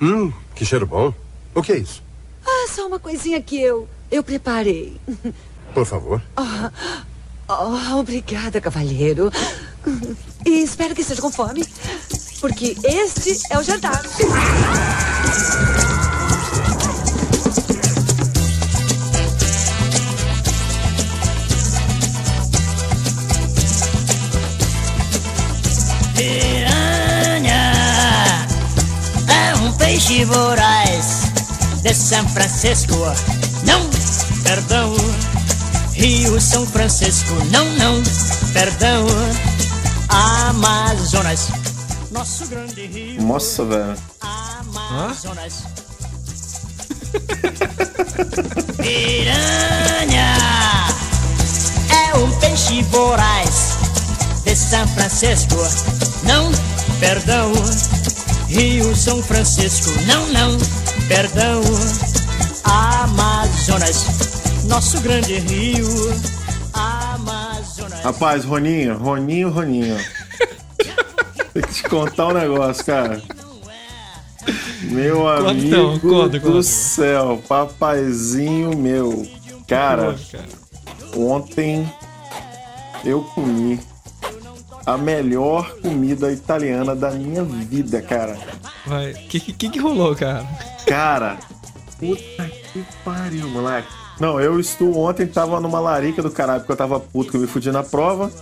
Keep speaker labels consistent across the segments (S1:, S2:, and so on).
S1: Hum, que cheiro bom. O que é isso?
S2: Ah, só uma coisinha que eu. Eu preparei.
S1: Por favor.
S2: Oh, obrigada, cavalheiro. E espero que esteja com fome, porque este é o jantar.
S3: Piranha é um peixe voraz de São Francisco. Não, perdão. Rio São Francisco. Não, não, perdão. Amazonas, nosso grande rio.
S4: Nossa, velho.
S3: Amazonas. Piranha é um peixe voraz de São Francisco. Não, perdão. Rio São Francisco. Não, não, perdão. Amazonas, nosso grande rio. Amazonas.
S4: Rapaz, Roninho, Roninho, Roninho. Tem que te contar um negócio, cara.
S3: Não é.
S4: Meu
S5: Conta,
S4: amigo
S5: então, conta,
S4: do
S5: conta.
S4: céu, papaizinho meu. Cara, ontem eu comi a melhor comida italiana da minha vida, cara.
S5: Vai. O que, que, que rolou, cara?
S4: Cara, puta que pariu, moleque. Não, eu estou ontem, tava numa larica do caralho, porque eu tava puto que eu me fudi na prova.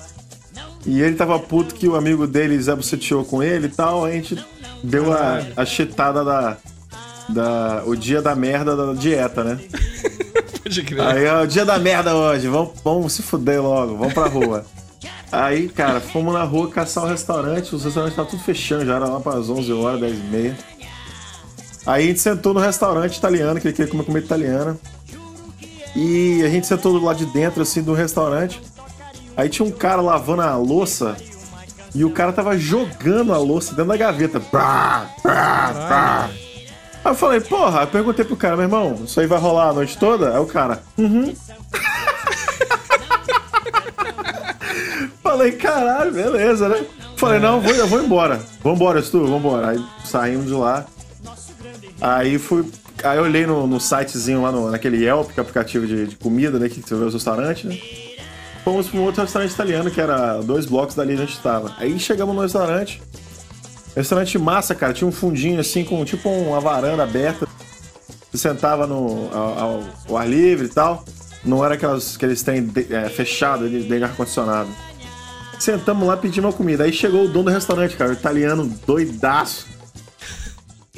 S4: E ele tava puto que o amigo dele zabuceteou com ele e tal. A gente deu a, a chetada da, da. O dia da merda da dieta, né?
S5: Pode crer.
S4: Aí é o dia da merda hoje, vamos, vamos se fuder logo, vamos pra rua. Aí, cara, fomos na rua caçar um restaurante, os restaurantes estavam tudo fechando, já era lá pras 11 horas, 10 e meia. Aí a gente sentou no restaurante italiano, que ele queria comer comida italiana. E a gente sentou do lado de dentro, assim, do restaurante. Aí tinha um cara lavando a louça e o cara tava jogando a louça dentro da gaveta. Brá, brá, brá. Aí eu falei, porra, eu perguntei pro cara, meu irmão, isso aí vai rolar a noite toda? Aí o cara, uhum. falei, caralho, beleza, né? Falei, não, vou, eu vou embora. Vambora, Stu, vambora. Aí saímos de lá. Aí fui. Aí eu olhei no, no sitezinho lá no, naquele Yelp, que é aplicativo de, de comida, né? Que você vê os restaurantes, né? Fomos pra um outro restaurante italiano, que era dois blocos dali onde a gente tava. Aí chegamos no restaurante. Restaurante massa, cara. Tinha um fundinho assim, com tipo uma varanda aberta. Você sentava no ao, ao- ao ar livre e tal. Não era aquelas, aqueles trem de- é, fechado ali dentro de ar-condicionado. Sentamos lá, pedimos a comida. Aí chegou o dono do restaurante, cara, o italiano doidaço.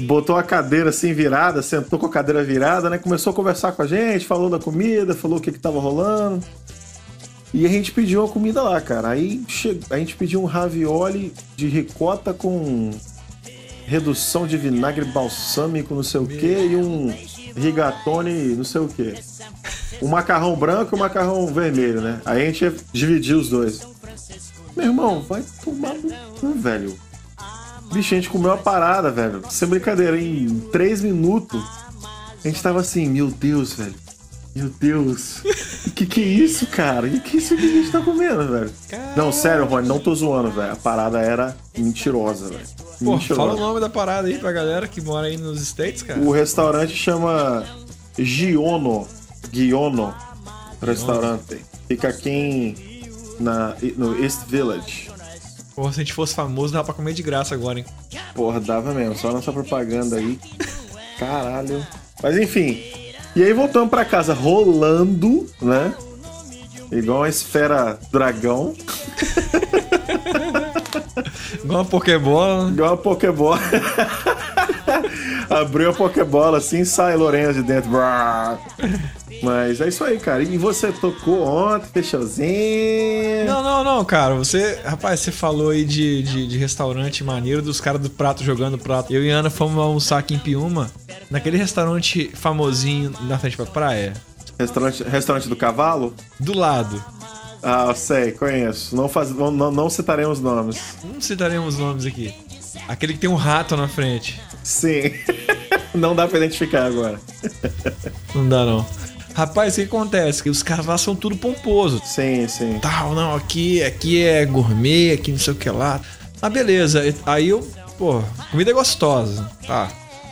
S4: Botou a cadeira assim virada, sentou com a cadeira virada, né? Começou a conversar com a gente, falou da comida, falou o que que tava rolando. E a gente pediu a comida lá, cara. Aí che- a gente pediu um ravioli de ricota com redução de vinagre balsâmico, não sei o quê, e um rigatone, não sei o quê. Um macarrão branco e um macarrão vermelho, né? Aí a gente dividiu os dois. Meu irmão, vai tomar no cu, velho. Bicho, a gente comeu a parada, velho. Sem brincadeira, em três minutos, a gente tava assim, meu Deus, velho. Meu Deus. Que que é isso, cara? Que que é isso que a gente tá comendo, velho? Não, sério, Rony, não tô zoando, velho. A parada era mentirosa, velho.
S5: Pô,
S4: Mentirosa.
S5: fala o nome da parada aí pra galera que mora aí nos States, cara.
S4: O restaurante chama Giono. Giono Restaurante. Fica aqui em, na, no East Village.
S5: Porra, se a gente fosse famoso, dava pra comer de graça agora, hein?
S4: Porra, dava mesmo. Só nossa propaganda aí. Caralho. Mas enfim. E aí voltamos pra casa rolando, né? Igual uma esfera dragão.
S5: Igual uma Pokébola. né?
S4: Igual uma Pokébola. Abriu a Pokébola assim sai Lourenço de dentro. Brá. Mas é isso aí, cara. E você tocou ontem, fechouzinho.
S5: Não, não, não, cara. Você, rapaz, você falou aí de, de, de restaurante maneiro, dos caras do prato jogando prato. Eu e Ana fomos almoçar aqui em Piuma, naquele restaurante famosinho na frente pra praia.
S4: Restaurante, restaurante do cavalo?
S5: Do lado.
S4: Ah, eu sei, conheço. Não, faz, não, não, não citarei os nomes.
S5: Não citaremos nomes aqui. Aquele que tem um rato na frente.
S4: Sim. não dá pra identificar agora.
S5: Não dá, não. Rapaz, o que acontece? Que os caras lá são tudo pomposo.
S4: Sim, sim.
S5: Tal, não, aqui, aqui é gourmet, aqui não sei o que lá. Ah, beleza. Aí eu, pô, comida é gostosa. Tá.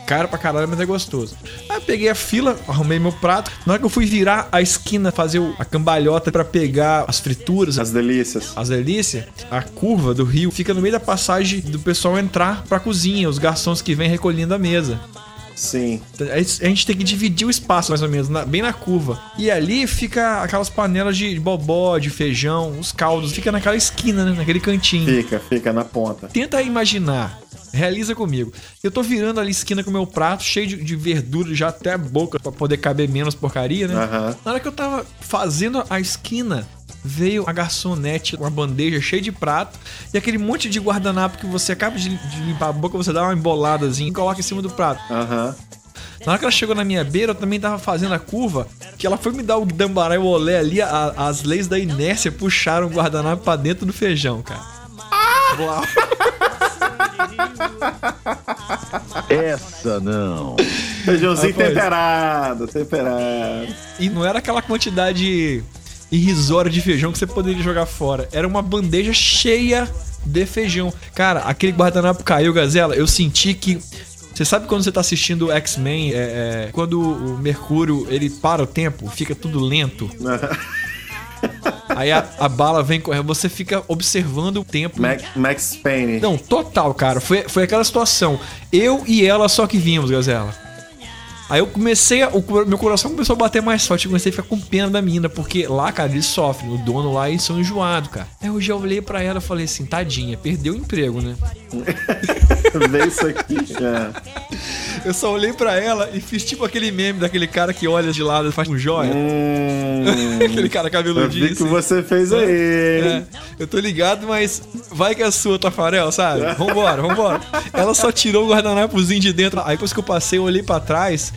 S5: caro pra caralho, mas é gostoso. Aí eu peguei a fila, arrumei meu prato. Na hora que eu fui virar a esquina, fazer o- a cambalhota pra pegar as frituras,
S4: As delícias.
S5: as delícias, a curva do rio fica no meio da passagem do pessoal entrar pra cozinha, os garçons que vêm recolhendo a mesa.
S4: Sim.
S5: A gente a gente tem que dividir o espaço, mais ou menos, na- bem na curva. E ali fica aquelas panelas de bobó, de feijão, os caldos, fica naquela esquina, né? Naquele cantinho.
S4: Fica, fica na ponta.
S5: Tenta imaginar. Realiza comigo. Eu tô virando ali a esquina com o meu prato, cheio de, de verdura já até a boca, pra poder caber menos porcaria, né?
S4: Aham.
S5: Na hora que eu tava fazendo a esquina, veio a garçonete com uma bandeja cheia de prato e aquele monte de guardanapo que você acaba de, de limpar a boca, você dá uma emboladazinha e coloca em cima do prato.
S4: Aham.
S5: Na hora que ela chegou na minha beira, eu também tava fazendo a curva, que ela foi me dar o dambará e o olé ali, a- as leis da inércia puxaram o guardanapo pra dentro do feijão, cara. Uau.
S6: Essa não.
S4: Feijãozinho
S5: Rapaz.
S4: temperado, temperado.
S5: E não era aquela quantidade irrisória de feijão que você poderia jogar fora. Era uma bandeja cheia de feijão. Cara, aquele guardanapo caiu, Gazela. Eu senti que. Você sabe quando você tá assistindo X-Men, é, é, quando o Mercúrio ele para o tempo, fica tudo lento. Aí a, a bala vem correndo, você fica observando o tempo.
S4: Max, Max Payne.
S5: Não, total, cara. Foi, foi aquela situação. Eu e ela só que vimos, Gazela. Aí eu comecei, a, o cor- meu coração começou a bater mais forte. Eu comecei a ficar com pena da menina, porque lá, cara, eles sofrem. O dono lá, eles são enjoados, cara. Aí eu já olhei pra ela e falei assim: tadinha, perdeu o emprego, né?
S4: Vê isso aqui. É.
S5: Eu só olhei pra ela e fiz tipo aquele meme daquele cara que olha de lado e faz um joia.
S4: Hum,
S5: aquele cara
S4: eu
S5: cabeludinho.
S4: vi que
S5: assim.
S4: você fez aí.
S5: É, eu tô ligado, mas vai que é sua, Tafarel, sabe? Vambora, vambora. Ela só tirou o guardanapozinho de dentro. Aí depois que eu passei, eu olhei pra trás.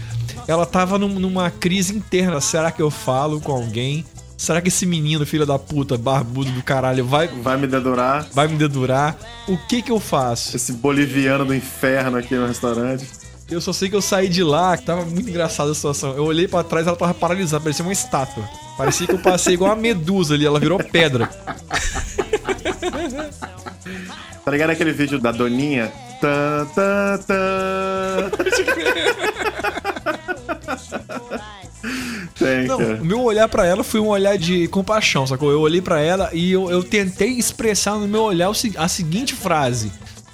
S5: Ela tava num- numa crise interna. Será que eu falo com alguém? Será que esse menino, filho da puta, barbudo do caralho, vai,
S4: Vai me dedurar.
S5: É. vai me dedurar? O que que eu faço?
S4: Esse boliviano do inferno aqui no restaurante.
S5: Eu só sei que eu saí de lá, que tava muito engraçada a situação. Eu olhei pra trás, ela tava paralisada, parecia uma estátua. Parecia que eu passei igual uma medusa ali, ela virou pedra.
S4: Tá ligado aquele vídeo da Doninha? Tá, Tã, tã, tã. Tem,
S5: Não,
S4: cara.
S5: o meu olhar pra ela foi um olhar de compaixão, sacou? Eu olhei pra ela e eu, eu tentei expressar no meu olhar o se- a seguinte frase.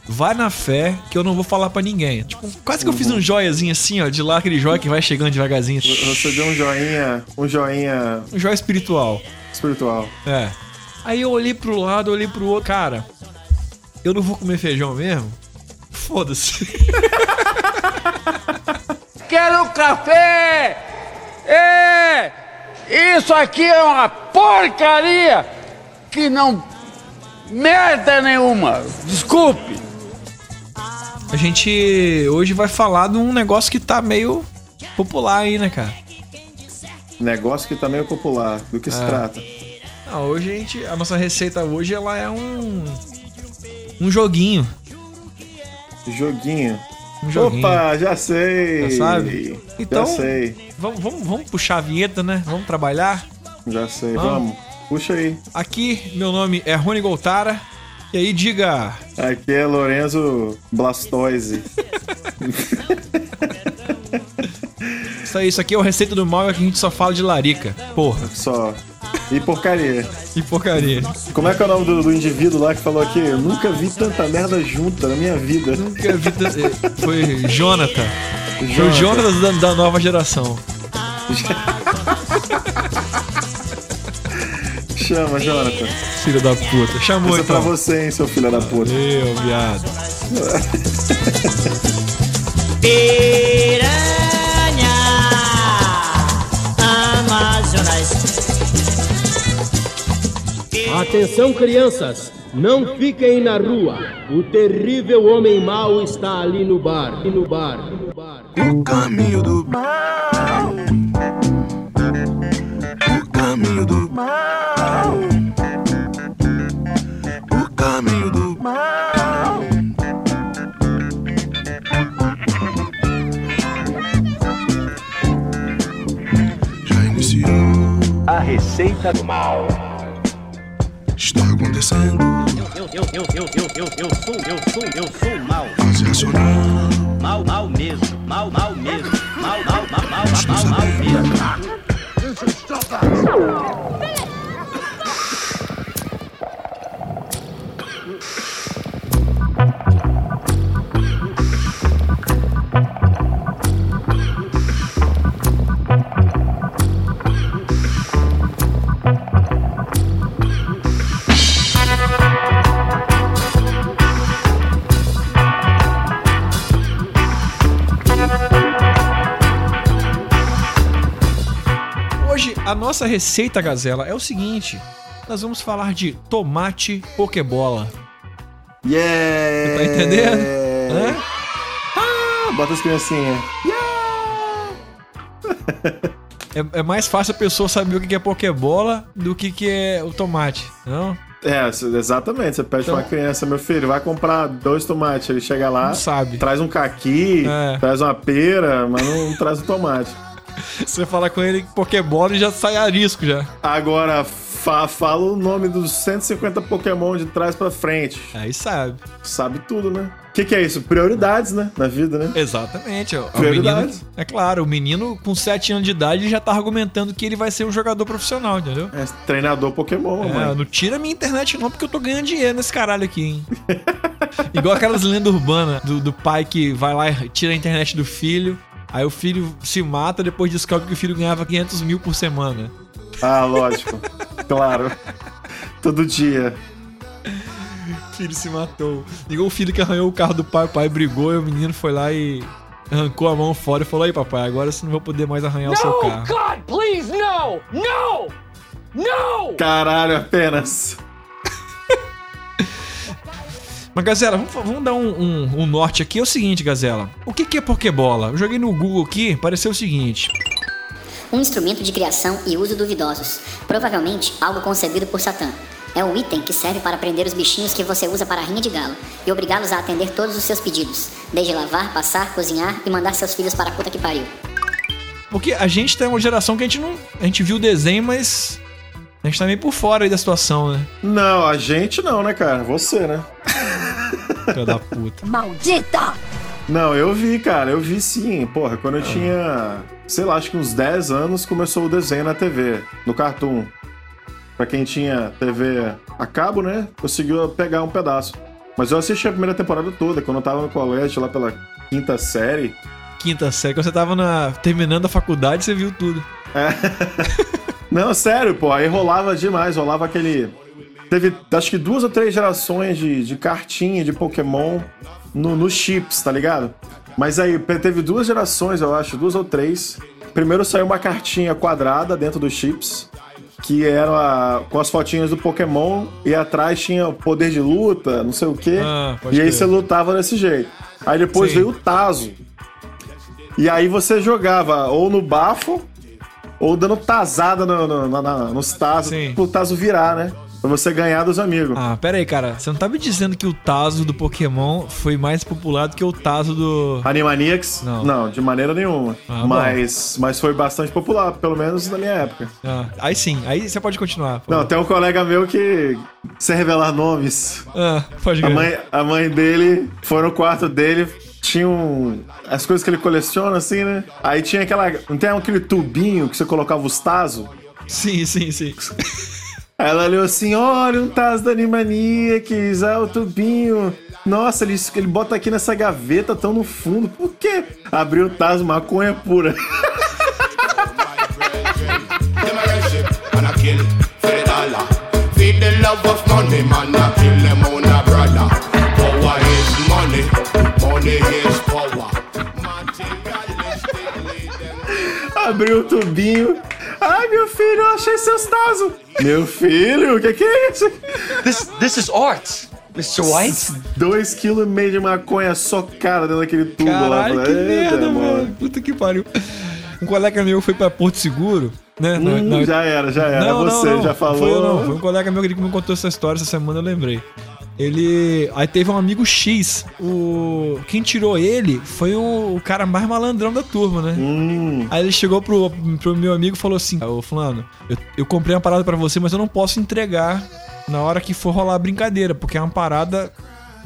S5: Vai na fé que eu não vou falar pra ninguém. Tipo, quase que eu fiz um joiazinho assim, ó, de lá aquele joia que vai chegando devagarzinho.
S4: Você deu um joinha, um joinha
S5: Um joia espiritual.
S4: espiritual.
S5: É. Aí eu olhei pro lado, olhei pro outro. Cara, eu não vou comer feijão mesmo? Foda-se.
S7: Quero um café! É! Isso aqui é uma porcaria que não. merda nenhuma! Desculpe!
S5: A gente hoje vai falar de um negócio que tá meio popular aí, né, cara?
S4: Negócio que tá meio popular. Do
S5: É.
S4: que se trata?
S5: Ah, hoje a gente. A nossa receita hoje ela é um. Um joguinho.
S4: Joguinho.
S5: Um joguinho.
S4: Opa, já sei.
S5: Já sabe? Então-
S4: Já sei,
S5: Vamos, vamos, vamos puxar a vinheta, né? Vamos trabalhar.
S4: já sei.
S5: Vamos.
S4: Vamos. Puxa aí.
S5: Aqui, meu nome é Rony Goltara. E aí, diga.
S4: Aqui é Lorenzo Blastoise.
S5: Isso aí, isso aqui é o Receita do Mal é que a gente só fala de larica. Porra,
S4: Só. E porcaria.
S5: que porcaria.
S4: Como é que é o nome do, do indivíduo lá que falou aqui? Eu nunca vi tanta merda junta na minha vida.
S5: Nunca vi. tan- eh, Foi Jonathan. Foi o Jonas da, da nova geração.
S4: Chama, Jonathan.
S5: Filho da puta. Chamou
S4: Isso é pra
S5: então.
S4: você, hein, seu filho da puta.
S5: Meu, viado.
S3: Piranha Amazonas
S8: Atenção, crianças! Não fiquem na rua. O terrível homem mau está ali no bar. No bar. No bar.
S9: O caminho do mal. O caminho do mal. O caminho do mal. Já iniciou.
S6: A receita do mal.
S9: Está acontecendo.
S8: Eu, eu, eu, eu, eu, eu, eu sou, eu sou, eu sou mau.
S9: Fase racional.
S3: mal, mal mesmo, mal, mal mesmo, mal, mal, mal, mal, mal, mal mesmo.
S5: Hoje a nossa receita gazela é o seguinte: nós vamos falar de tomate pokebola.
S4: Yeah!
S5: Tá entendendo? Hã?
S4: Ah, bota as criancinhas.
S5: É, é mais fácil a pessoa saber o que que é pokebola do que que é o tomate, não?
S4: É, c- exatamente. Você pede pra uma criança, meu filho, vai comprar dois tomates. Ele chega lá,
S5: Então. Não sabe.
S4: traz um caqui,
S5: É.
S4: traz uma pera, mas não traz o tomate.
S5: Você fala com ele pokebola e já sai arisco já.
S4: Agora, fa- fala o nome dos 150 Pokémon de trás pra frente.
S5: Aí sabe.
S4: Sabe tudo, né? O que, que é isso? Prioridades, né? Na vida, né?
S5: Exatamente. ó. O
S4: Prioridade.
S5: menino, é claro, o menino com 7 anos de idade já tá argumentando que ele vai ser um jogador profissional, entendeu?
S4: É treinador Pokémon,
S5: É,
S4: mano.
S5: não tira minha internet não, porque eu tô ganhando dinheiro nesse caralho aqui, hein? Igual aquelas lendas urbanas do, do pai que vai lá e tira a internet do filho, aí o filho se mata, depois descobre que o filho ganhava 500 mil por semana.
S4: Ah, lógico. claro. Todo dia.
S5: O filho se matou. Igual o filho que arranhou o carro do pai, o pai brigou e o menino foi lá e arrancou a mão fora e falou: aí, papai, agora você não vai poder mais arranhar o seu carro.
S6: God, please, no! No! No!
S4: Caralho, apenas.
S5: Mas, Gazela, vamos, fa- vamos dar um, um- um norte aqui. É o seguinte, Gazela. O que, que é Pokébola? Eu joguei no Google aqui, pareceu o seguinte.
S10: Um instrumento de criação e uso duvidosos, provavelmente algo concebido por Satã. É um item que serve para prender os bichinhos que você usa para a rinha de galo e obrigá-los a atender todos os seus pedidos, desde lavar, passar, cozinhar e mandar seus filhos para a puta que pariu.
S5: Porque a gente tá em uma geração que a gente não. A gente viu o desenho, mas. A gente tá meio por fora aí da situação, né?
S4: Não, a gente não, né, cara? Você, né?
S5: Filha da puta.
S10: Maldita!
S4: Não, eu vi, cara, eu vi sim. Porra, quando eu tinha, sei lá, acho que uns 10 anos, começou o desenho na TV, no Cartoon. Pra quem tinha TV a cabo, né, conseguiu pegar um pedaço. Mas eu assisti a primeira temporada toda, quando eu tava no colégio, lá pela quinta série.
S5: Quinta série, quando você tava na- terminando a faculdade, você viu tudo.
S4: Não, sério, pô, aí rolava demais, rolava aquele... Teve, acho que duas ou três gerações de, de cartinha, de Pokémon no, no chips, tá ligado? Mas aí, pe- teve duas gerações, eu acho, duas ou três. Primeiro saiu uma cartinha quadrada dentro dos chips, que era com as fotinhas do Pokémon, e atrás tinha o poder de luta, não sei o quê.
S5: Ah, pode
S4: e aí
S5: crer.
S4: você lutava desse jeito. Aí depois
S5: Sim.
S4: veio o Tazo. E aí você jogava ou no bafo, ou dando tazada no, no- na- na- nos tazos,
S5: Sim.
S4: pro tazo virar, né? Pra você ganhar dos amigos.
S5: Ah, pera aí, cara. Você não tá me dizendo que o Tazo do Pokémon foi mais popular do que o Tazo do.
S4: Animaniacs?
S5: Não.
S4: de maneira nenhuma.
S5: Ah, bom.
S4: mas, mas foi bastante popular, pelo menos na minha época.
S5: Ah, aí sim, aí você pode continuar.
S4: Não, tem um colega meu que, sem revelar nomes,
S5: Ah, pode
S4: a
S5: crer.
S4: mãe, a mãe dele foi no quarto dele, tinha um, as coisas que ele coleciona, assim, né? Aí tinha aquela. Não tem aquele tubinho que você colocava os tazos?
S5: Sim, sim, sim.
S4: Aí ela olhou assim: olha, um Taz da Animaniacs, ah, o tubinho. Nossa, ele, ele bota aqui nessa gaveta, tão no fundo. Por quê? Abriu o Taz, maconha pura. Abriu o tubinho. Ai, meu filho, eu achei seus Tazos. Meu filho, o que, que é isso?
S11: This this is art, Mr. White.
S4: Dois quilos e meio de maconha socada dentro daquele tubo
S5: Caralho,
S4: lá.
S5: que
S4: Eita,
S5: merda,
S4: mano.
S5: mano. Puta que pariu. Um colega meu foi pra Porto Seguro, né? na-
S4: Hum,
S5: na-
S4: já era, já era. Você já falou.
S5: Foi eu não. Foi um colega meu que me contou essa história essa semana, eu lembrei. Ele. Aí teve um amigo X. O. Quem tirou ele foi o, o cara mais malandrão da turma, né?
S4: Hum,
S5: Aí ele chegou pro, pro meu amigo e falou assim: Ô, Fulano, eu, eu comprei uma parada pra você, mas eu não posso entregar na hora que for rolar a brincadeira, porque é uma parada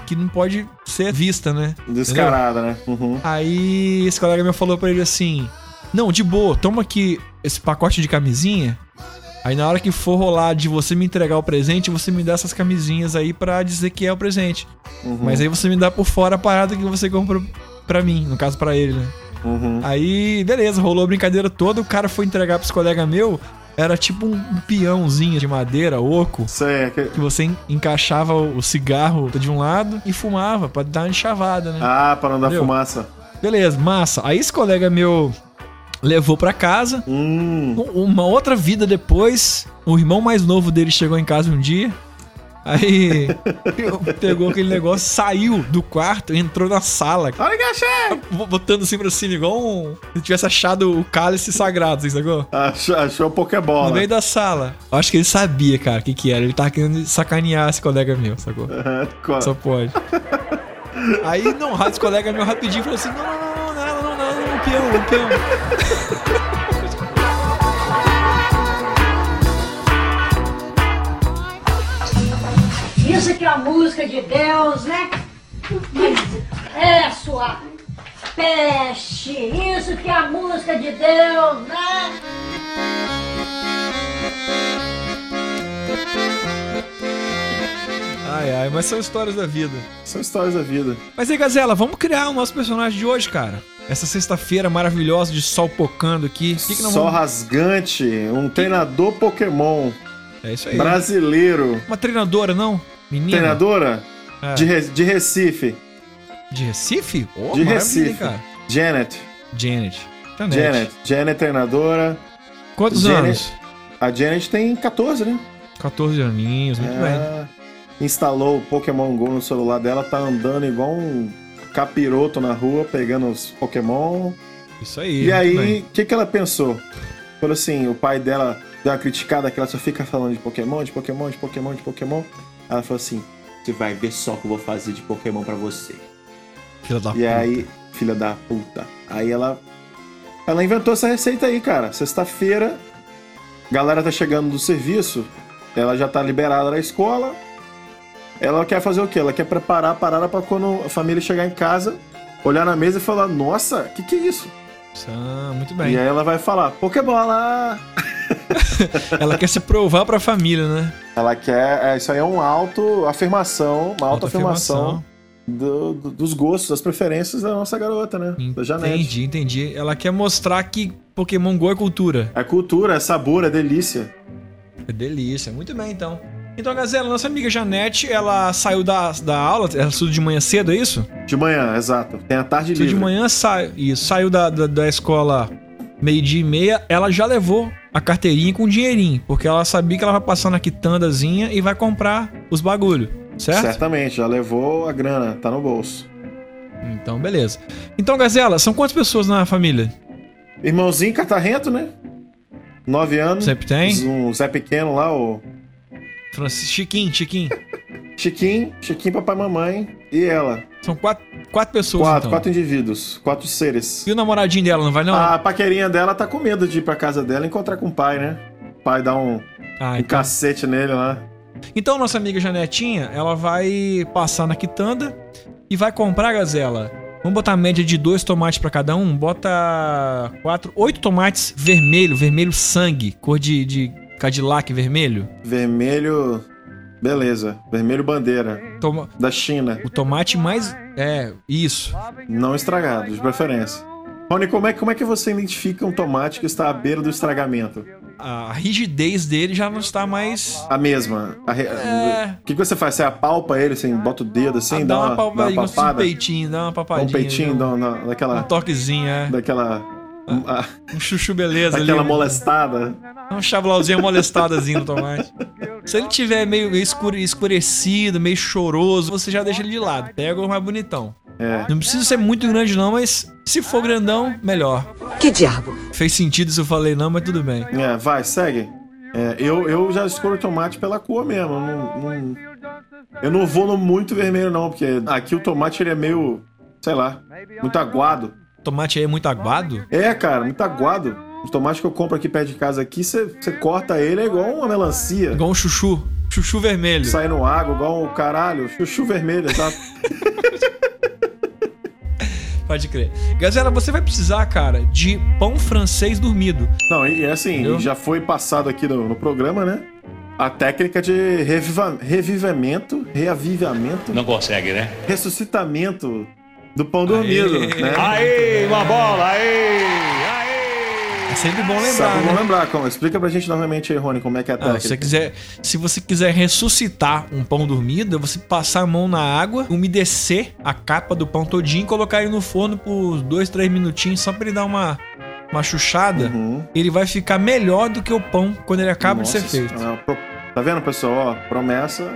S5: que não pode ser vista, né?
S4: Descarada, né? Uhum.
S5: Aí esse colega meu falou pra ele assim: Não, de boa, toma aqui esse pacote de camisinha. Aí na hora que for rolar de você me entregar o presente, você me dá essas camisinhas aí pra dizer que é o presente.
S12: Uhum.
S5: Mas aí você me dá por fora a parada que você comprou pra mim, no caso pra ele, né?
S4: uhum.
S5: Aí, beleza, rolou a brincadeira toda, o cara foi entregar pros colega meu. Era tipo um peãozinho de madeira, oco.
S4: é que...
S5: você en- encaixava o cigarro de um lado e fumava, pra dar uma enchavada, né?
S4: Ah, pra não dar
S5: Entendeu?
S4: fumaça.
S5: Beleza, massa. Aí esse colega meu levou pra casa. Um- Uma outra vida depois, o irmão mais novo dele chegou em casa um dia. Aí pegou aquele negócio, saiu do quarto, entrou na sala.
S4: Olha que achei!
S5: Botando assim pra cima, igual um. Se tivesse achado o cálice sagrado, assim, sacou?
S4: Achou, achou a Pokébola.
S5: No meio da sala. Eu acho que ele sabia, cara, o que que era. Ele tava querendo sacanear esse colega meu, sacou? Só pode. Aí, não, esse colega meu rapidinho falou assim: não, não, não, não, não, não, não, não, não, peão, não, peão.
S13: Isso que é a música de Deus, né? É sua peste. Isso que é a música de Deus, né?
S5: Ai, ai, mas são histórias da vida.
S4: São histórias da vida.
S5: Mas aí, Gazela, vamos criar o nosso personagem de hoje, cara. Essa sexta-feira maravilhosa de sol pocando aqui. O que, que nós
S4: Só
S5: vamos...
S4: rasgante, um treinador Pokémon.
S5: É isso aí.
S4: Brasileiro.
S5: Uma treinadora, não? Menina?
S4: Treinadora?
S5: É.
S4: De, Re- de Recife.
S5: De Recife? Oh,
S4: de
S5: maravilha,
S4: Recife.
S5: hein, cara.
S4: Janet.
S5: Janet. Janet.
S4: Janet. Janet, é treinadora.
S5: Quantos
S4: Janet-
S5: anos?
S4: A Janet tem 14, né?
S5: 14 aninhos, muito bem.
S4: É, Instalou o Pokémon GO no celular dela, tá andando igual um capiroto na rua, pegando os Pokémon.
S5: Isso aí.
S4: E
S5: muito
S4: aí,
S5: bem.
S4: o que, que ela pensou? Falou assim, o pai dela deu uma criticada que ela só fica falando de Pokémon, de Pokémon, de Pokémon, de Pokémon. Ela falou assim, você vai ver só o que eu vou fazer de Pokémon pra você.
S5: Filha da
S4: e aí, filha da puta. Aí ela. Ela inventou essa receita aí, cara. Sexta-feira, galera tá chegando do serviço, ela já tá liberada da escola. Ela quer fazer o quê? Ela quer preparar a parada pra quando a família chegar em casa, olhar na mesa e falar: Nossa, que que é isso?
S5: Ah, muito bem.
S4: E aí ela vai falar: Pokébola!
S5: Ela quer se provar pra família, né?
S4: Ela quer. é, isso aí é um auto afirmação, uma auto afirmação
S5: Autoafirmação.
S4: dos gostos, das preferências da nossa garota, né? Da Janete.
S5: Entendi, entendi. Ela quer mostrar que Pokémon GO é cultura.
S4: É cultura, é sabor, é delícia.
S5: É delícia, muito bem então. Então, Gazela, nossa amiga Janete, ela saiu da, da aula, ela estuda de manhã cedo, é isso?
S4: De manhã, exato. Tem a tarde
S5: Estuda de
S4: livre.
S5: manhã, sai, isso, saiu da, da, da escola meio-dia e meia, ela já levou a carteirinha com o dinheirinho, porque ela sabia que ela vai passar na quitandazinha e vai comprar os bagulho, certo?
S4: Certamente, já levou a grana, tá no bolso.
S5: Então, beleza. Então, Gazela, são quantas pessoas na família?
S4: Irmãozinho catarrento, né? Nove anos.
S5: Sempre tem?
S4: Um Zé Pequeno lá, o.
S5: Francis, Chiquinho, Chiquinho.
S4: Chiquinho, Chiquinho, papai e mamãe e ela.
S5: São quatro, quatro pessoas.
S4: Quatro,
S5: então.
S4: quatro Ah, indivíduos, quatro seres.
S5: E o namoradinho dela, não vai não? é.
S4: A paquerinha dela tá com medo de ir pra casa dela e encontrar com o pai, né? O pai dá um,
S5: Ah,
S4: um cacete nele lá.
S5: Então, nossa amiga Janetinha, ela vai passar na quitanda e vai comprar, Gazela. Vamos botar a média de dois tomates pra cada um? Bota quatro, oito tomates vermelho, vermelho sangue, cor de, de Cadillac vermelho.
S4: Vermelho. Beleza. Vermelho bandeira.
S5: Toma-
S4: Da China.
S5: O tomate mais. É, isso.
S4: Não estragado, de preferência. Rony, como é, como é que você identifica um tomate que está à beira do estragamento?
S5: A rigidez dele já não está mais.
S4: A mesma. A re-
S5: É. Ah,
S4: O que, que você faz? Você apalpa ele, assim, bota o dedo assim, dá,
S5: dá uma,
S4: uma, dá uma
S5: palpadinha, dá um
S4: papada?
S5: peitinho, né? dá uma
S4: Dá
S5: papadinha.
S4: um peitinho,
S5: dá
S4: dá uma, daquela.
S5: um toquezinho, é.
S4: Daquela.
S5: Um chuchu beleza ali.
S4: daquela
S5: um-
S4: molestada.
S5: É Um chablauzinho molestadazinho no tomate. Se ele tiver meio meio escure- escurecido, meio choroso, você já deixa ele de lado. Pega o mais bonitão.
S4: É.
S5: Não precisa ser muito grande não, mas se for grandão, melhor.
S2: Que diabo?
S5: Fez sentido se eu falei não, mas tudo bem.
S4: É, vai, segue. É, eu, eu já escolho tomate pela cor mesmo. eu Não, não- eu não vou no muito vermelho, não, porque aqui o tomate ele é meio. sei lá, muito aguado.
S5: Tomate aí é muito aguado?
S4: É, cara, muito aguado. O tomate que eu compro aqui perto de casa aqui, você você corta ele é igual uma melancia.
S5: Igual um chuchu. Chuchu vermelho.
S4: Saindo água igual o caralho. Chuchu vermelho, tá? exato.
S5: Pode crer. Gazela, você vai precisar, cara, de pão francês dormido.
S4: Não, e e assim,
S5: Entendeu?
S4: já foi passado aqui no, no programa, né? A técnica de reviva, revivamento, reavivamento,
S11: Não consegue, né?
S4: ressuscitamento do pão dormido, né?
S5: Ah,
S11: Aí, uma bola, aí!
S5: É sempre bom lembrar,
S4: Sabe,
S5: né?
S4: vamos lembrar. Como, explica pra gente novamente aí, Rony, como é que é a
S5: Ah,
S4: técnica.
S5: se, você quiser, se você quiser ressuscitar um pão dormido, é você passar a mão na água, umedecer a capa do pão todinho e colocar ele no forno por dois, três minutinhos só pra ele dar uma, uma chuchada.
S4: Uhum.
S5: Ele vai ficar melhor do que o pão quando ele acaba
S4: Nossa
S5: de ser feito.
S4: senhora, pro- Tá vendo, pessoal? Ó, promessa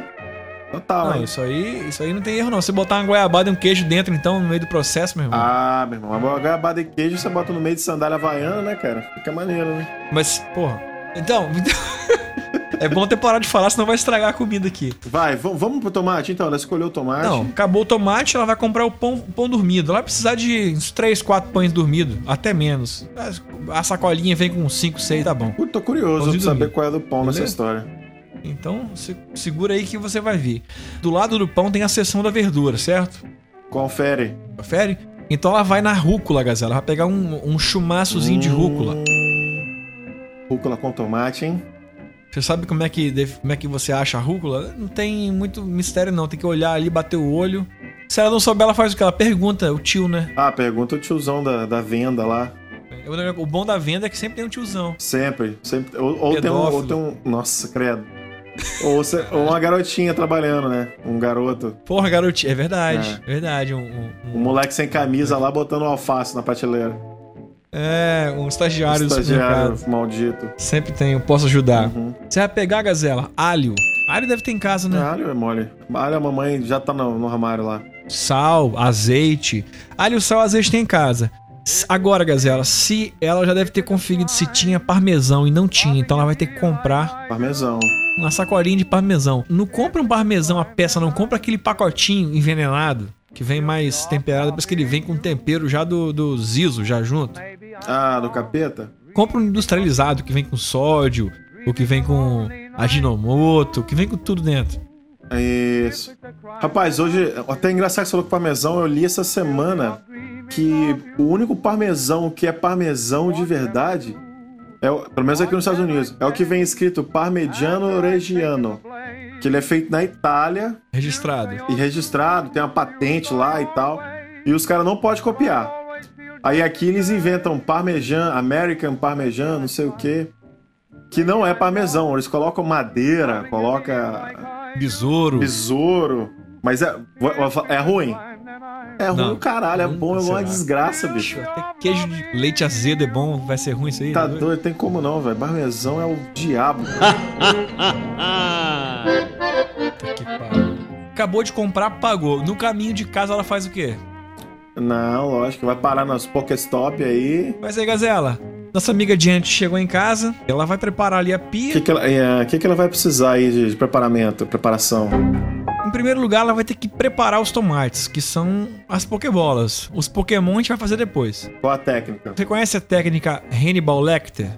S4: total,
S5: Não,
S4: hein?
S5: isso aí, isso aí não tem erro não. Você botar uma goiabada e um queijo dentro, então, no meio do processo, meu irmão.
S4: Ah, meu irmão, uma goiabada e queijo você bota no meio de sandália havaiana, né, cara? Fica maneiro, né?
S5: Mas, porra. Então, é bom ter parado de falar, senão vai estragar a comida aqui.
S4: Vai, v- vamos pro tomate então, ela escolheu o tomate.
S5: Não, acabou o tomate, ela vai comprar o pão, o pão dormido. Ela vai precisar de uns 3, 4 pães dormidos, até menos. A sacolinha vem com 5, 6, tá bom.
S4: Tô curioso pra
S5: Pãozinho
S4: saber
S5: dormido.
S4: qual é do pão nessa
S5: Beleza?
S4: história.
S5: Então, se- segura aí que você vai ver. Do lado do pão tem a seção da verdura, certo?
S4: Confere.
S5: Confere? Então ela vai na rúcula, gazela. Ela vai pegar um, um chumaçozinho de rúcula.
S4: Hum. Rúcula com tomate, hein?
S5: Você sabe como é que def- como é que você acha a rúcula? Não tem muito mistério não, tem que olhar ali, bater o olho. Se ela não souber, ela faz o que? Ela pergunta, o tio, né?
S4: Ah, pergunta o tiozão da, da venda lá.
S5: O bom da venda é que sempre tem um tiozão.
S4: Sempre, sempre. Ou, ou tem um,
S5: Pedófilo.
S4: ou tem um. Nossa, credo. Ou, você- ou uma garotinha trabalhando, né? Um garoto.
S5: Porra, garotinho, é verdade, é verdade. Um, um-
S4: Um moleque sem camisa lá botando um alface na prateleira.
S5: é, um estagiário, do
S4: Estagiário
S5: supermercado.
S4: maldito.
S5: Sempre tem, eu posso ajudar. Você vai pegar, Gazela, alho. Alho deve ter em casa, né?
S4: Alho é mole. Alho a mamãe já tá no, no armário lá.
S5: Sal, azeite. Alho, sal, azeite tem em casa. S- Agora, Gazela, se ela já deve ter conferido se tinha parmesão e não tinha, então ela vai ter que comprar
S4: Parmesão.
S5: uma sacolinha de parmesão. Não compra um parmesão a peça, não compra aquele pacotinho envenenado que vem mais temperado, parece que ele vem com tempero já do, do Zizo, já junto.
S4: Ah, do capeta?
S5: Compra um industrializado que vem com sódio, ou que vem com aginomoto, que vem com tudo dentro.
S4: É Isso. Rapaz, hoje, até é engraçado que você falou que parmesão, eu li essa semana que o único parmesão que é parmesão de verdade, é o- pelo menos aqui nos Estados Unidos, é o que vem escrito Parmigiano Reggiano, que ele é feito na Itália
S5: Registrado.
S4: e registrado, tem uma patente lá e tal, e os caras não podem copiar. Aí aqui eles inventam parmesan, American parmesan, não sei o que, que não é parmesão, eles colocam madeira, coloca
S5: Besouro.
S4: Besouro. Mas é, é ruim. É ruim
S5: Não. Hum,
S4: o caralho, é bom, é uma
S5: será?
S4: desgraça, bicho.
S5: Até queijo de leite azedo é bom, vai ser ruim isso aí?
S4: Tá
S5: né?
S4: doido, tem como não, velho. Parmesão é o diabo.
S5: Acabou de comprar, pagou. No caminho de casa ela faz o quê?
S4: não, lógico, vai parar nas Pokéstop aí.
S5: Mas aí, Gazela, nossa amiga Diante chegou em casa, ela vai preparar ali a
S4: O
S5: pia.
S4: que, que, ela- é, que que ela vai precisar aí de, de preparamento, preparação?
S5: Em primeiro lugar, ela vai ter que preparar os tomates, que são as pokebolas. Os Pokémon a gente vai fazer depois.
S4: Qual a técnica?
S5: Você conhece a técnica Hannibal Lecter?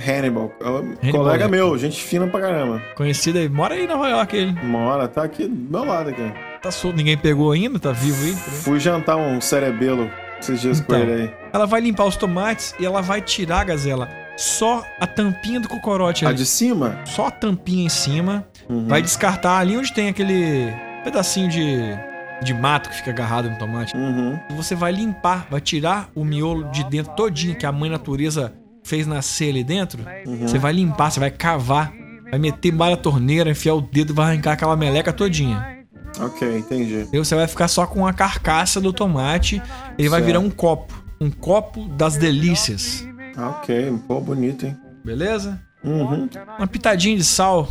S4: Hannibal. é um
S5: Hannibal né?
S4: colega
S5: Lecter.
S4: meu, gente fina pra caramba.
S5: Conhecido aí, mora aí em Nova York ele.
S4: Mora, tá aqui do meu lado aqui.
S5: Tá solto, ninguém pegou ainda, tá vivo aí.
S4: Fui jantar um cerebelo esses dias com
S5: Então.
S4: ele aí.
S5: Ela vai limpar os tomates e ela vai tirar, Gazela, só a tampinha do cocorote
S4: A
S5: ali.
S4: de cima?
S5: Só a tampinha em cima. Vai descartar ali onde tem aquele pedacinho de, de mato que fica agarrado no tomate.
S4: Uhum.
S5: E você vai limpar, vai tirar o miolo de dentro todinho que a mãe natureza fez nascer ali dentro. Você vai limpar, você vai cavar, vai meter bala torneira, enfiar o dedo, vai arrancar aquela meleca todinha.
S4: Ok, entendi.
S5: Entendeu? Você vai ficar só com a carcaça do tomate. Ele vai
S4: Certo.
S5: virar um copo. Um copo das delícias.
S4: Ok, pô, bonito, hein?
S5: Beleza?
S4: Uhum.
S5: Uma pitadinha de sal.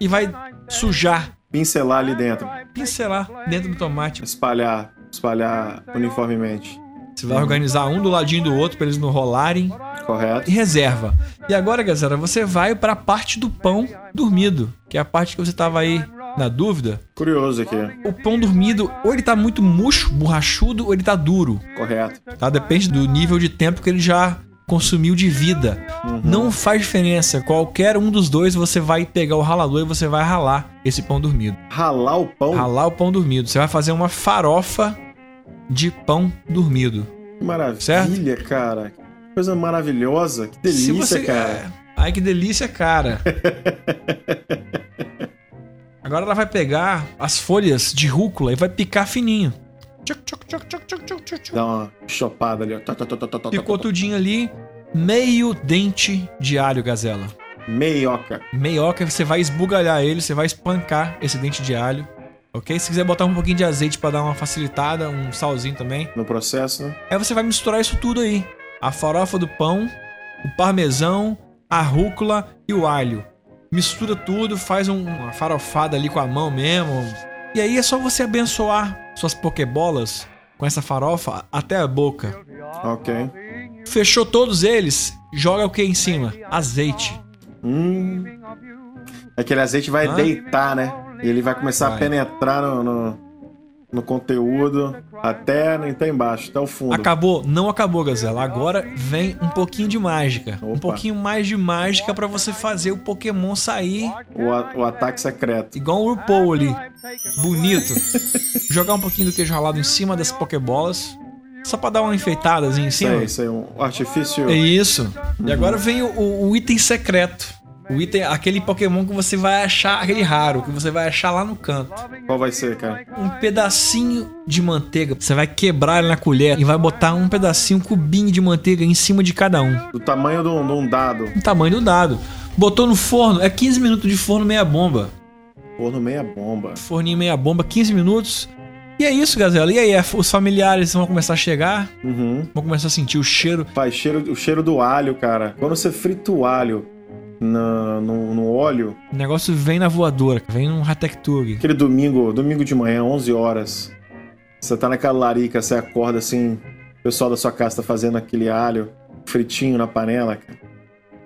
S5: E vai sujar,
S4: Pincelar ali dentro.
S5: pincelar dentro do tomate.
S4: espalhar, espalhar uniformemente.
S5: Você vai organizar um do ladinho do outro pra eles não rolarem.
S4: Correto?
S5: E reserva. E agora, galera, você vai pra parte do pão dormido. Que é a parte que você tava aí na dúvida.
S4: Curioso aqui.
S5: O pão dormido, ou ele tá muito murcho, borrachudo, ou ele tá duro.
S4: Correto.
S5: tá? Depende do nível de tempo que ele já consumiu de vida.
S4: Uhum.
S5: Não faz diferença. Qualquer um dos dois, você vai pegar o ralador e você vai ralar esse pão dormido.
S4: Ralar o pão?
S5: Ralar o pão dormido. Você vai fazer uma farofa de pão dormido.
S4: Que maravilha, cara. Que coisa maravilhosa. Que
S5: Se
S4: delícia,
S5: você- É.
S4: cara.
S5: Ai, que delícia, cara. Agora ela vai pegar as folhas de rúcula e vai picar fininho.
S4: Dá uma chopada ali, ó. Tá, Tó, tó, tó, tó, tó, tó,
S5: Picou
S4: tó,
S5: tudinho ali, meio dente de alho, gazela.
S4: Meioca.
S5: Meioca, você vai esbugalhar ele, você vai espancar esse dente de alho, ok? Se quiser botar um pouquinho de azeite pra dar uma facilitada, um salzinho também.
S4: No processo, né?
S5: Aí você vai misturar isso tudo aí. A farofa do pão, o parmesão, a rúcula e o alho. Mistura tudo, faz um- uma farofada ali com a mão mesmo. E aí é só você abençoar suas pokebolas com essa farofa até a boca.
S4: Ok.
S5: Fechou todos eles, joga o que em cima? Azeite.
S4: Hum. Aquele azeite vai
S5: Hã?
S4: deitar, né? E ele vai começar a
S5: Vai.
S4: penetrar no, no, no conteúdo até, até embaixo, até o fundo.
S5: Acabou? Não acabou, Gazela. Agora vem um pouquinho de mágica. Um pouquinho mais de mágica pra você fazer o Pokémon sair
S4: O, a- o ataque secreto.
S5: igual um RuPaul ali. Bonito. Jogar um pouquinho do queijo ralado em cima das Pokébolas. Só pra dar uma enfeitadazinha em
S4: Isso
S5: cima.
S4: aí, isso aí, Uhum. um artifício.
S5: É isso. E agora vem o, o item secreto. O item, aquele Pokémon que você vai achar, aquele raro, que você vai achar lá no canto.
S4: Qual vai ser, cara?
S5: Um pedacinho de manteiga. Você vai quebrar ele na colher e vai botar um pedacinho, um cubinho de manteiga em cima de cada um.
S4: Do tamanho de um, de um dado.
S5: O tamanho do dado. Botou no forno, é 15 minutos de forno meia bomba.
S4: Forno meia é bomba.
S5: Forninho meia bomba, 15 minutos. E é isso, gazela. E aí, os familiares vão começar a chegar,
S4: Uhum.
S5: vão começar a sentir o cheiro.
S4: Pai, cheiro, o cheiro do alho, cara. Quando você frita o alho na- no, no óleo,
S5: O negócio vem na voadora, vem num Hatectug.
S4: aquele domingo, domingo de manhã, 11 horas, você tá naquela larica, você acorda assim, o pessoal da sua casa tá fazendo aquele alho fritinho na panela, cara.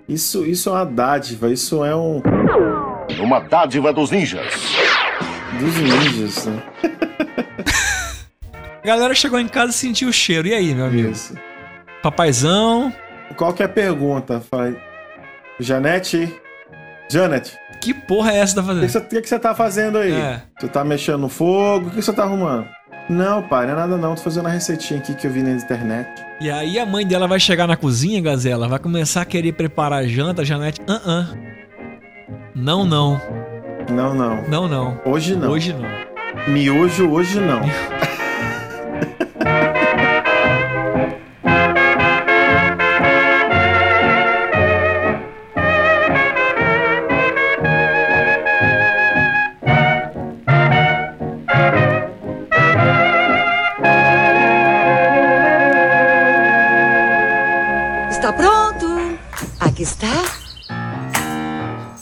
S4: Isso, isso é uma dádiva, isso é um
S12: Uma dádiva dos ninjas.
S4: dos ninjas, né?
S5: A galera chegou em casa e sentiu o cheiro. E aí, meu amigo?
S4: Isso.
S5: Papaizão.
S4: Qual que é a pergunta? Fala, Janete? Janet,
S5: Que porra é essa que tá
S4: o que
S5: fazendo?
S4: você- o que que você tá fazendo aí?
S5: É.
S4: Você tá mexendo no fogo? O que que você tá arrumando? Não, pai, não é nada não. Tô fazendo uma receitinha aqui que eu vi na internet.
S5: E aí a mãe dela vai chegar na cozinha, Gazela, vai começar a querer preparar a janta, a Janete. Ah, ah. Não, não.
S4: Não, não.
S5: Não, não.
S4: Hoje não.
S5: Hoje não.
S4: Miojo hoje não.
S2: Está pronto. Aqui está.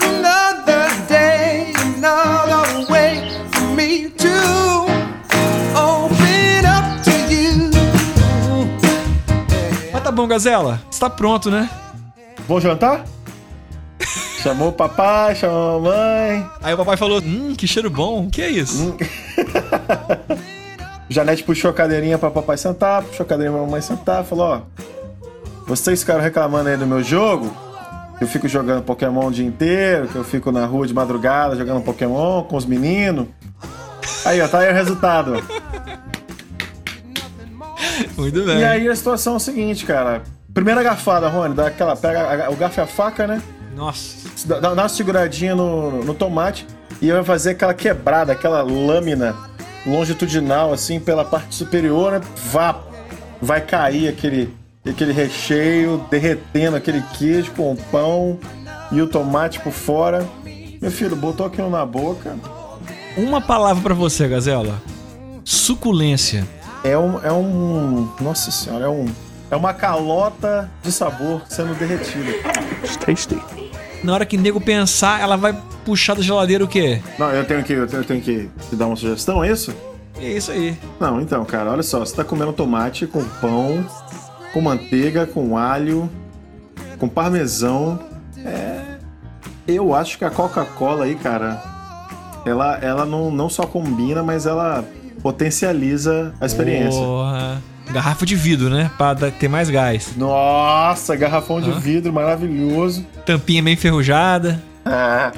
S14: Another day, another way for me to open up to you.
S5: Mas tá bom, Gazela. Você tá pronto, né?
S4: Vão jantar? Chamou o papai, chamou a mamãe.
S5: Aí o papai falou: Hum, que cheiro bom. O que é isso?
S4: Hum. Janete puxou a cadeirinha pra papai sentar, puxou a cadeirinha pra mamãe sentar, falou: ó, vocês ficaram reclamando aí do meu jogo? que Eu fico jogando Pokémon o dia inteiro, que eu fico na rua de madrugada jogando Pokémon com os meninos. Aí, ó, tá aí o resultado.
S5: Muito bem.
S4: E aí a situação é o seguinte, cara. Primeira garfada, Rony, dá aquela, pega a- o garfo e a faca, né?
S5: Nossa.
S4: Dá, dá uma seguradinha no, no tomate e vai fazer aquela quebrada, aquela lâmina longitudinal, assim, pela parte superior, né? Vá, vai cair aquele, aquele recheio, derretendo aquele queijo com o pão e o tomate por fora. Meu filho, botou aquilo na boca.
S5: Uma palavra pra você, Gazela. Suculência.
S4: É um, é um. Nossa senhora, é um. É uma calota de sabor sendo derretida. Tasty.
S5: Na hora que o nego pensar, ela vai puxar da geladeira o quê?
S4: Não, eu tenho que, eu tenho, eu tenho que te dar uma sugestão, é isso?
S5: É isso aí.
S4: Não, então, cara, olha só, você tá comendo tomate com pão, com manteiga, com alho, com parmesão. É. Eu acho que a Coca-Cola aí, cara, ela, ela não, não só combina, mas ela potencializa a experiência.
S5: Porra. Garrafa de vidro, né? Pra dar- ter mais gás.
S4: Nossa, garrafão de vidro maravilhoso.
S5: Tampinha meio enferrujada.
S4: Ah,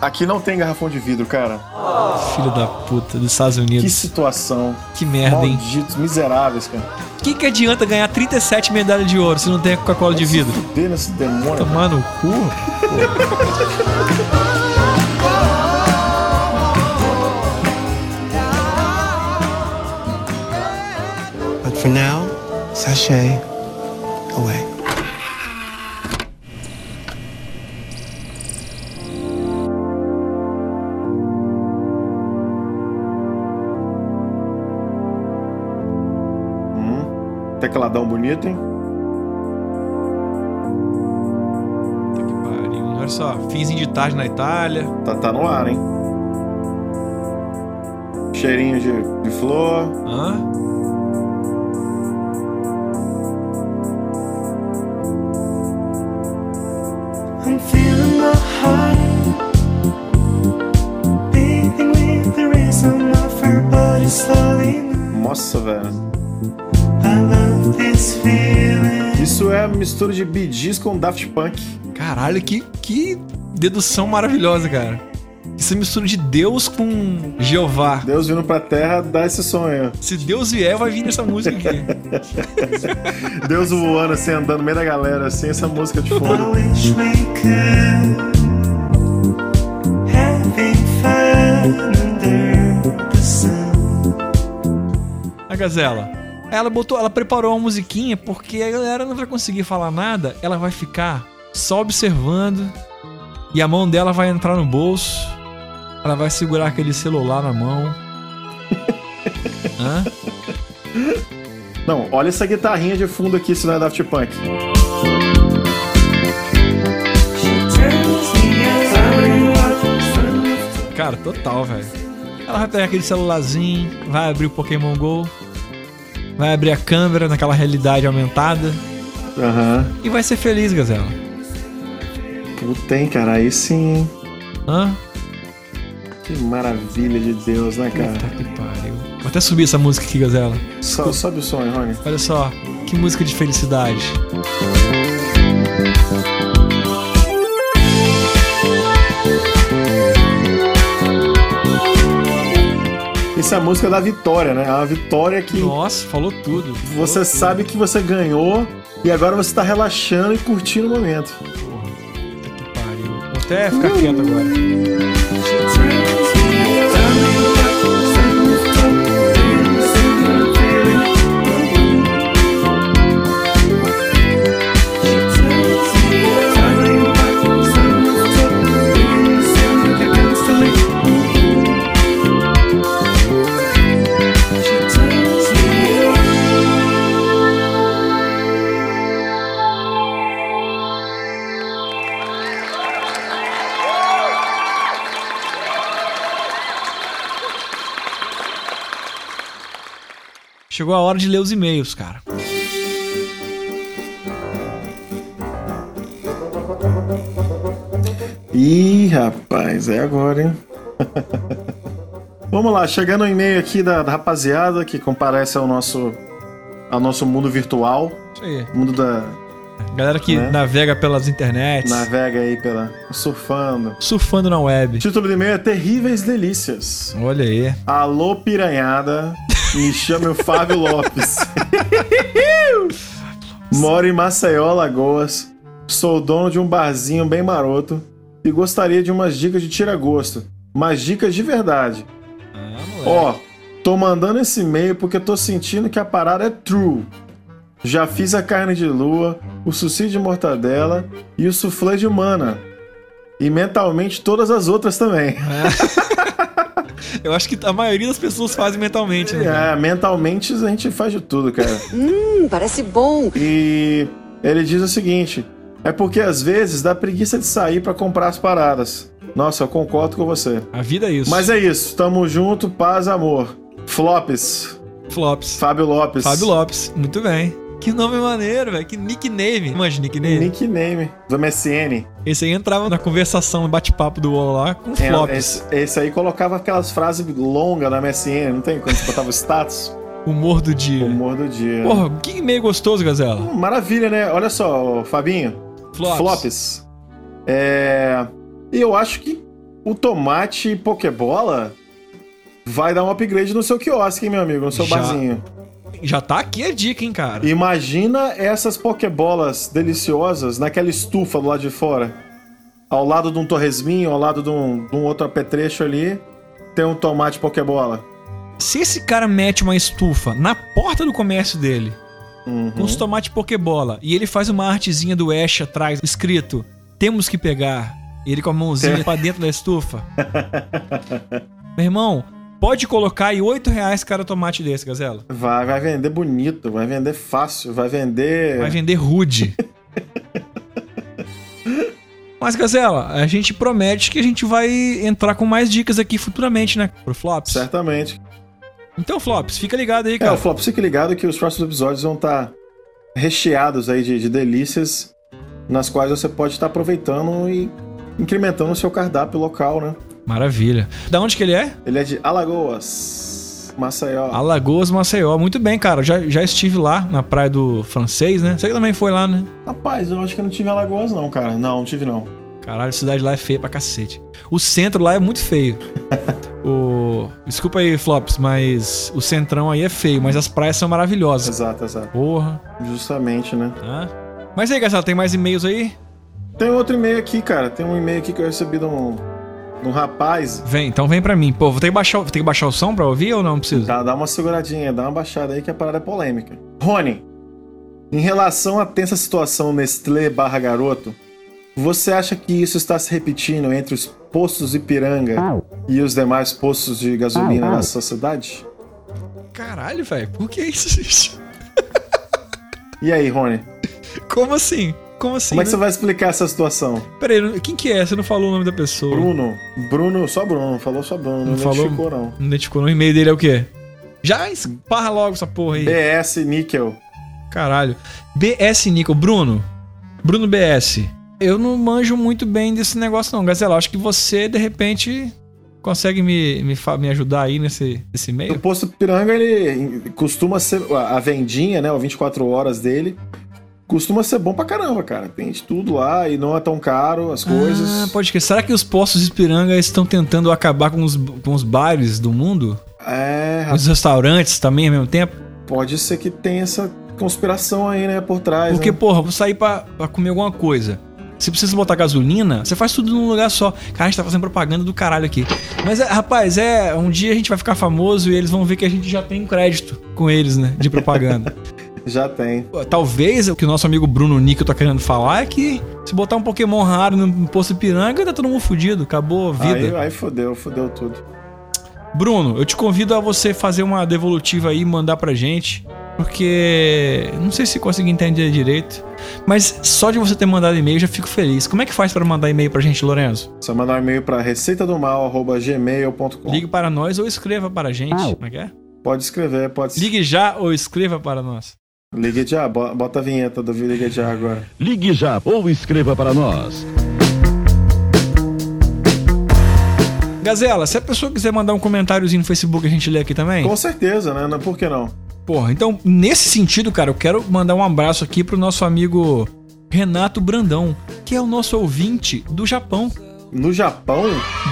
S4: aqui não tem garrafão de vidro, cara.
S5: Filho da puta, dos Estados Unidos.
S4: Que situação.
S5: Que merda, hein?
S4: Malditos, miseráveis, cara.
S5: O que, que adianta ganhar 37 medalhas de ouro se não tem a Coca-Cola de vidro? Tá
S4: Dê nesse demônio.
S5: Tomar no cu?
S15: But for now, sachet away.
S4: Tecladão bonito, hein?
S5: Olha só, finzinho de tarde na Itália.
S4: Tá, tá no ar, hein? Cheirinho de, de flor.
S5: Hã?
S14: I'm feeling my heart beating with the rhythm of her body slowly.
S4: Nossa, velho.
S14: I love this feeling.
S4: Isso é mistura de Bee Gees com Daft Punk.
S5: Caralho, que, que dedução maravilhosa, cara. Isso é mistura de Deus com Jeová.
S4: Deus vindo pra terra dá esse sonho.
S5: Se Deus vier, vai vir essa música aqui.
S4: Deus voando assim, andando no meio da galera, assim, essa música de fundo.
S5: A Gazela. Ela botou, ela preparou uma musiquinha porque a galera não vai conseguir falar nada, ela vai ficar só observando e a mão dela vai entrar no bolso. Ela vai segurar aquele celular na mão. Hã?
S4: Não, olha essa guitarrinha de fundo aqui, se não é Daft Punk.
S5: Cara, total, velho. Ela vai pegar aquele celularzinho, vai abrir o Pokémon GO, vai abrir a câmera naquela realidade aumentada
S4: Aham.
S5: e vai ser feliz, Gazela.
S4: Puta, hein, cara, aí sim. hein?
S5: Hã?
S4: Que maravilha de Deus, né, cara?
S5: Puta que pariu. Vou até subir essa música aqui, Gazela.
S4: So- sobe o sonho, Rony.
S5: Olha só, que música de felicidade.
S4: Isso é a música da vitória, né? É uma vitória que.
S5: Nossa, falou tudo.
S4: Você sabe que você ganhou e agora você tá relaxando e curtindo o momento.
S5: Vou até ficar quieto agora. Chegou a hora de ler os e-mails, cara.
S4: Ih, rapaz, é agora, hein? Vamos lá, chegando um e-mail aqui da, da rapaziada que comparece ao nosso, ao nosso mundo virtual.
S5: Isso aí.
S4: Mundo da.
S5: Galera que
S4: Né?
S5: navega pelas internets,
S4: Navega aí pela. surfando.
S5: surfando na web.
S4: Título do e-mail é Terríveis Delícias.
S5: Olha aí.
S4: Alô, piranhada. Me chame o Fábio Lopes. Moro em Maceió, Lagoas. Sou dono de um barzinho bem maroto e gostaria de umas dicas de tira-gosto. Mas dicas de verdade. Ah, Ó, tô mandando esse e-mail porque tô sentindo que a parada é true. Já fiz a carne de lua, o sushi de mortadela e o soufflé de humana. E mentalmente todas as outras também.
S5: Eu acho que a maioria das pessoas fazem mentalmente, né? cara?
S4: É, mentalmente a gente faz de tudo, cara.
S2: Hum, parece bom.
S4: E ele diz o seguinte: é porque às vezes dá preguiça de sair pra comprar as paradas. Nossa, eu concordo com você.
S5: A vida é isso.
S4: Mas é isso, tamo junto, paz, amor. Flops.
S5: Flops.
S4: Fábio Lopes.
S5: Fábio Lopes, muito bem. Que nome maneiro, velho. Que nickname. Manja nickname.
S4: Nickname do MSN.
S5: Esse aí entrava na conversação, no bate-papo do UOL lá com
S4: É,
S5: Flops.
S4: esse, esse aí colocava aquelas frases longas na MSN, não tem? Quando você botava o status.
S5: Humor do dia.
S4: Humor do dia.
S5: É. Porra, que e-mail gostoso, Gazela.
S4: Maravilha, né? Olha só, ô, Fabinho.
S5: Flops.
S4: Flops. É. Eu acho que o tomate Pokébola vai dar um upgrade no seu quiosque, hein, meu amigo, no seu
S5: Já.
S4: barzinho.
S5: Já tá aqui a dica, hein, cara.
S4: Imagina essas Pokébolas deliciosas naquela estufa do lado de fora. Ao lado de um torresminho, ao lado de um, de um outro apetrecho ali, tem um tomate Pokébola.
S5: Se esse cara mete uma estufa na porta do comércio dele,
S4: Uhum.
S5: com os tomates pokebola, e ele faz uma artezinha do Ash atrás, escrito, temos que pegar, ele com a mãozinha pra dentro da estufa. Meu irmão, pode colocar aí 8 reais cada tomate desse, Gazela.
S4: Vai, vai vender bonito, vai vender fácil, vai vender.
S5: Vai vender rude. Mas, Gazela, a gente promete que a gente vai entrar com mais dicas aqui futuramente, né? Pro Flops.
S4: Certamente.
S5: Então, Flops, fica ligado aí,
S4: É,
S5: cara.
S4: o Flop, fique ligado que os próximos episódios vão estar recheados aí de, de delícias, nas quais você pode estar aproveitando e incrementando o seu cardápio local, né?
S5: Maravilha. Da onde que ele é?
S4: Ele é de Alagoas, Maceió.
S5: Alagoas, Maceió. Muito bem, cara. Já, já estive lá na Praia do Francês, né? Você que também foi lá, né?
S4: Rapaz, eu acho que eu não tive em Alagoas não, cara. Não, não tive não.
S5: Caralho, a cidade lá é feia pra cacete. O centro lá é muito feio. o... Desculpa aí, Flops, mas o centrão aí é feio, mas as praias são maravilhosas.
S4: Exato, exato.
S5: Porra. tá?
S4: Justamente, né?
S5: Mas aí, Gazela, tem mais e-mails aí?
S4: Tem outro e-mail aqui, cara. Tem um e-mail aqui que eu recebi de um, de um rapaz.
S5: Vem, então vem pra mim. Pô, vou ter que baixar, o- vou ter que baixar o som pra ouvir ou não preciso?
S4: Dá, dá uma seguradinha, dá uma baixada aí que a parada é polêmica. Rony, em relação à tensa situação Nestlé barra garoto, você acha que isso está se repetindo entre os postos Ipiranga e os demais postos de gasolina na sociedade?
S5: Caralho, velho. Por que isso? gente?
S4: E aí, Rony?
S5: Como assim? Como assim?
S4: como é que
S5: né?
S4: você vai explicar essa situação?
S5: Peraí, quem que é? Você não falou o nome da pessoa.
S4: Bruno, Bruno, só Bruno, falou só Bruno, não,
S5: Não falou?
S4: identificou não.
S5: Não identificou. No e-mail dele é o quê? Já esparra logo essa porra aí.
S4: BS Níquel.
S5: Caralho. BS Nico. Bruno. Bruno BS. Eu não manjo muito bem desse negócio, não. Gazela, acho que você, de repente, consegue me, me, fa- me ajudar aí nesse,
S4: O
S5: nesse e-mail?
S4: posto Piranga, ele costuma ser. A a vendinha, né? O 24 horas dele. Costuma ser bom pra caramba, cara. Tem de tudo lá e não é tão caro as coisas.
S5: Ah, pode crer. Será que os postos de Ipiranga estão tentando acabar com os, com os bares do mundo?
S4: É,
S5: Com Os
S4: rapaz,
S5: restaurantes também ao mesmo tempo?
S4: pode ser que tenha essa conspiração aí, né? Por trás.
S5: Porque,
S4: né?
S5: porra, vou sair pra, pra comer alguma coisa. Se precisa botar gasolina, você faz tudo num lugar só. Cara, a gente tá fazendo propaganda do caralho aqui. Mas, é, rapaz, é. Um dia a gente vai ficar famoso e eles vão ver que a gente já tem crédito com eles, né? De propaganda.
S4: Já tem.
S5: Talvez o que o nosso amigo Bruno Nico tá querendo falar é que se botar um Pokémon raro no posto Piranga, tá todo mundo fudido. Acabou a
S4: Aí,
S5: vida.
S4: aí fodeu, fodeu tudo.
S5: Bruno, eu te convido a você fazer uma devolutiva aí e mandar pra gente. Porque. Não sei se consegui entender direito. Mas só de você ter mandado e-mail eu já fico feliz. Como é que faz pra mandar e-mail pra gente, Lourenço?
S4: Só mandar um e-mail pra receitadomal.gmail.com.
S5: Ligue para nós ou escreva para a gente. Como é que é?
S4: Pode escrever, pode.
S5: Ligue já ou escreva para nós.
S4: Ligue já, bo- bota a vinheta do Ligue já agora.
S3: Ligue já ou escreva para nós.
S5: Gazela, se a pessoa quiser mandar um comentáriozinho no Facebook, a gente lê aqui também?
S4: Com certeza, né? Não- Por que não?
S5: Porra, então, nesse sentido, cara, eu quero mandar um abraço aqui pro nosso amigo Renato Brandão, que é o nosso ouvinte do Japão.
S4: No Japão?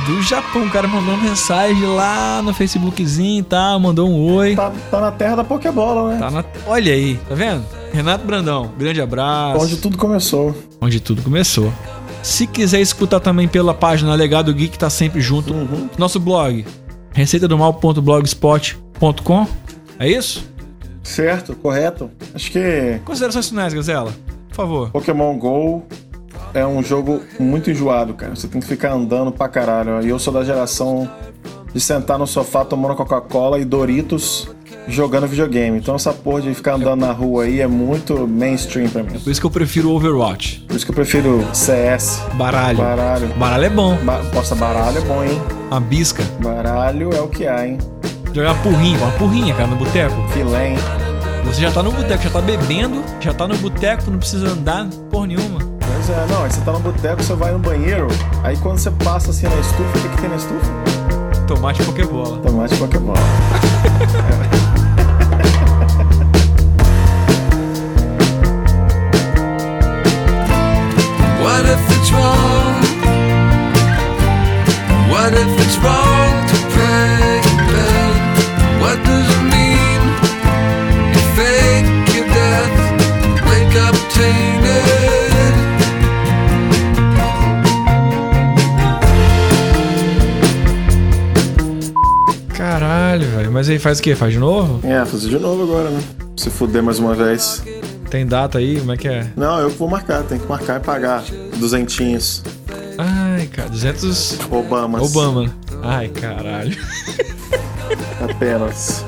S5: Do Japão, o cara mandou uma mensagem lá no Facebookzinho e tal, mandou um oi.
S4: Tá, tá na terra da Pokébola, né?
S5: Tá na- Olha aí, tá vendo? Renato Brandão, grande abraço.
S4: Onde tudo começou.
S5: onde tudo começou. Se quiser escutar também pela página Legado Geek, tá sempre junto. Nosso blog, receitadomal.blogspot.com. É isso?
S4: Certo, correto. Acho que
S5: Considerações finais, Gazela. Por favor.
S4: Pokémon GO é um jogo muito enjoado, cara. Você tem que ficar andando pra caralho. E eu sou da geração de sentar no sofá tomando Coca-Cola e Doritos jogando videogame. Então essa porra de ficar andando na rua aí é muito mainstream pra mim.
S5: Por isso que eu prefiro Overwatch.
S4: Por isso que eu prefiro CS.
S5: Baralho.
S4: Baralho.
S5: Baralho é bom.
S4: Ba Nossa, baralho é bom, hein?
S5: Uma bisca.
S4: Baralho é o que há, hein?
S5: Jogar purrinha, uma purrinha, cara, no boteco.
S4: Filé, hein?
S5: Você já tá no boteco, já tá bebendo, já tá no boteco, não precisa andar porra nenhuma.
S4: Pois é, não, aí você tá no boteco, você vai no banheiro, aí quando você passa assim na estufa, o que, que tem na estufa?
S5: Tomate e pokebola.
S4: Tomate Pokémon.
S7: But if it's wrong to pray in vain, what does it mean? You fake your death, wake up tainted.
S5: Caralho, velho. Mas aí faz o quê? Faz de novo?
S4: É, fazer de novo agora, né? Se fuder mais uma vez.
S5: Tem data aí? Como é que é?
S4: Não, eu vou marcar, tem que marcar e pagar. Duzentinhos.
S5: Ai, cara, 200...
S4: Obama.
S5: Obama. Ai, caralho.
S4: Apenas.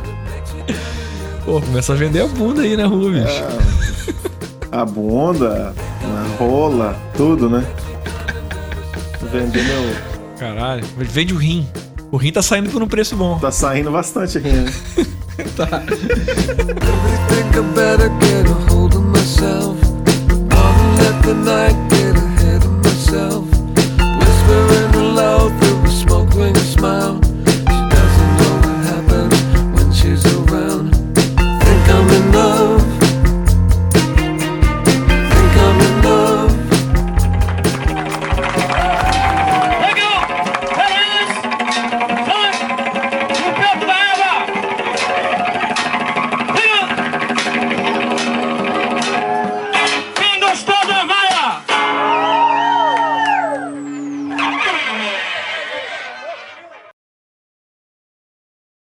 S5: Pô, começa a vender a bunda aí na rua, bicho.
S4: A bunda, a rola, tudo, né? Vender meu.
S5: Caralho. Vende o rim. O rim tá saindo por um preço bom.
S4: Tá saindo bastante aqui, né?
S5: tá.
S7: Think I better get a hold of myself. Mom, let the night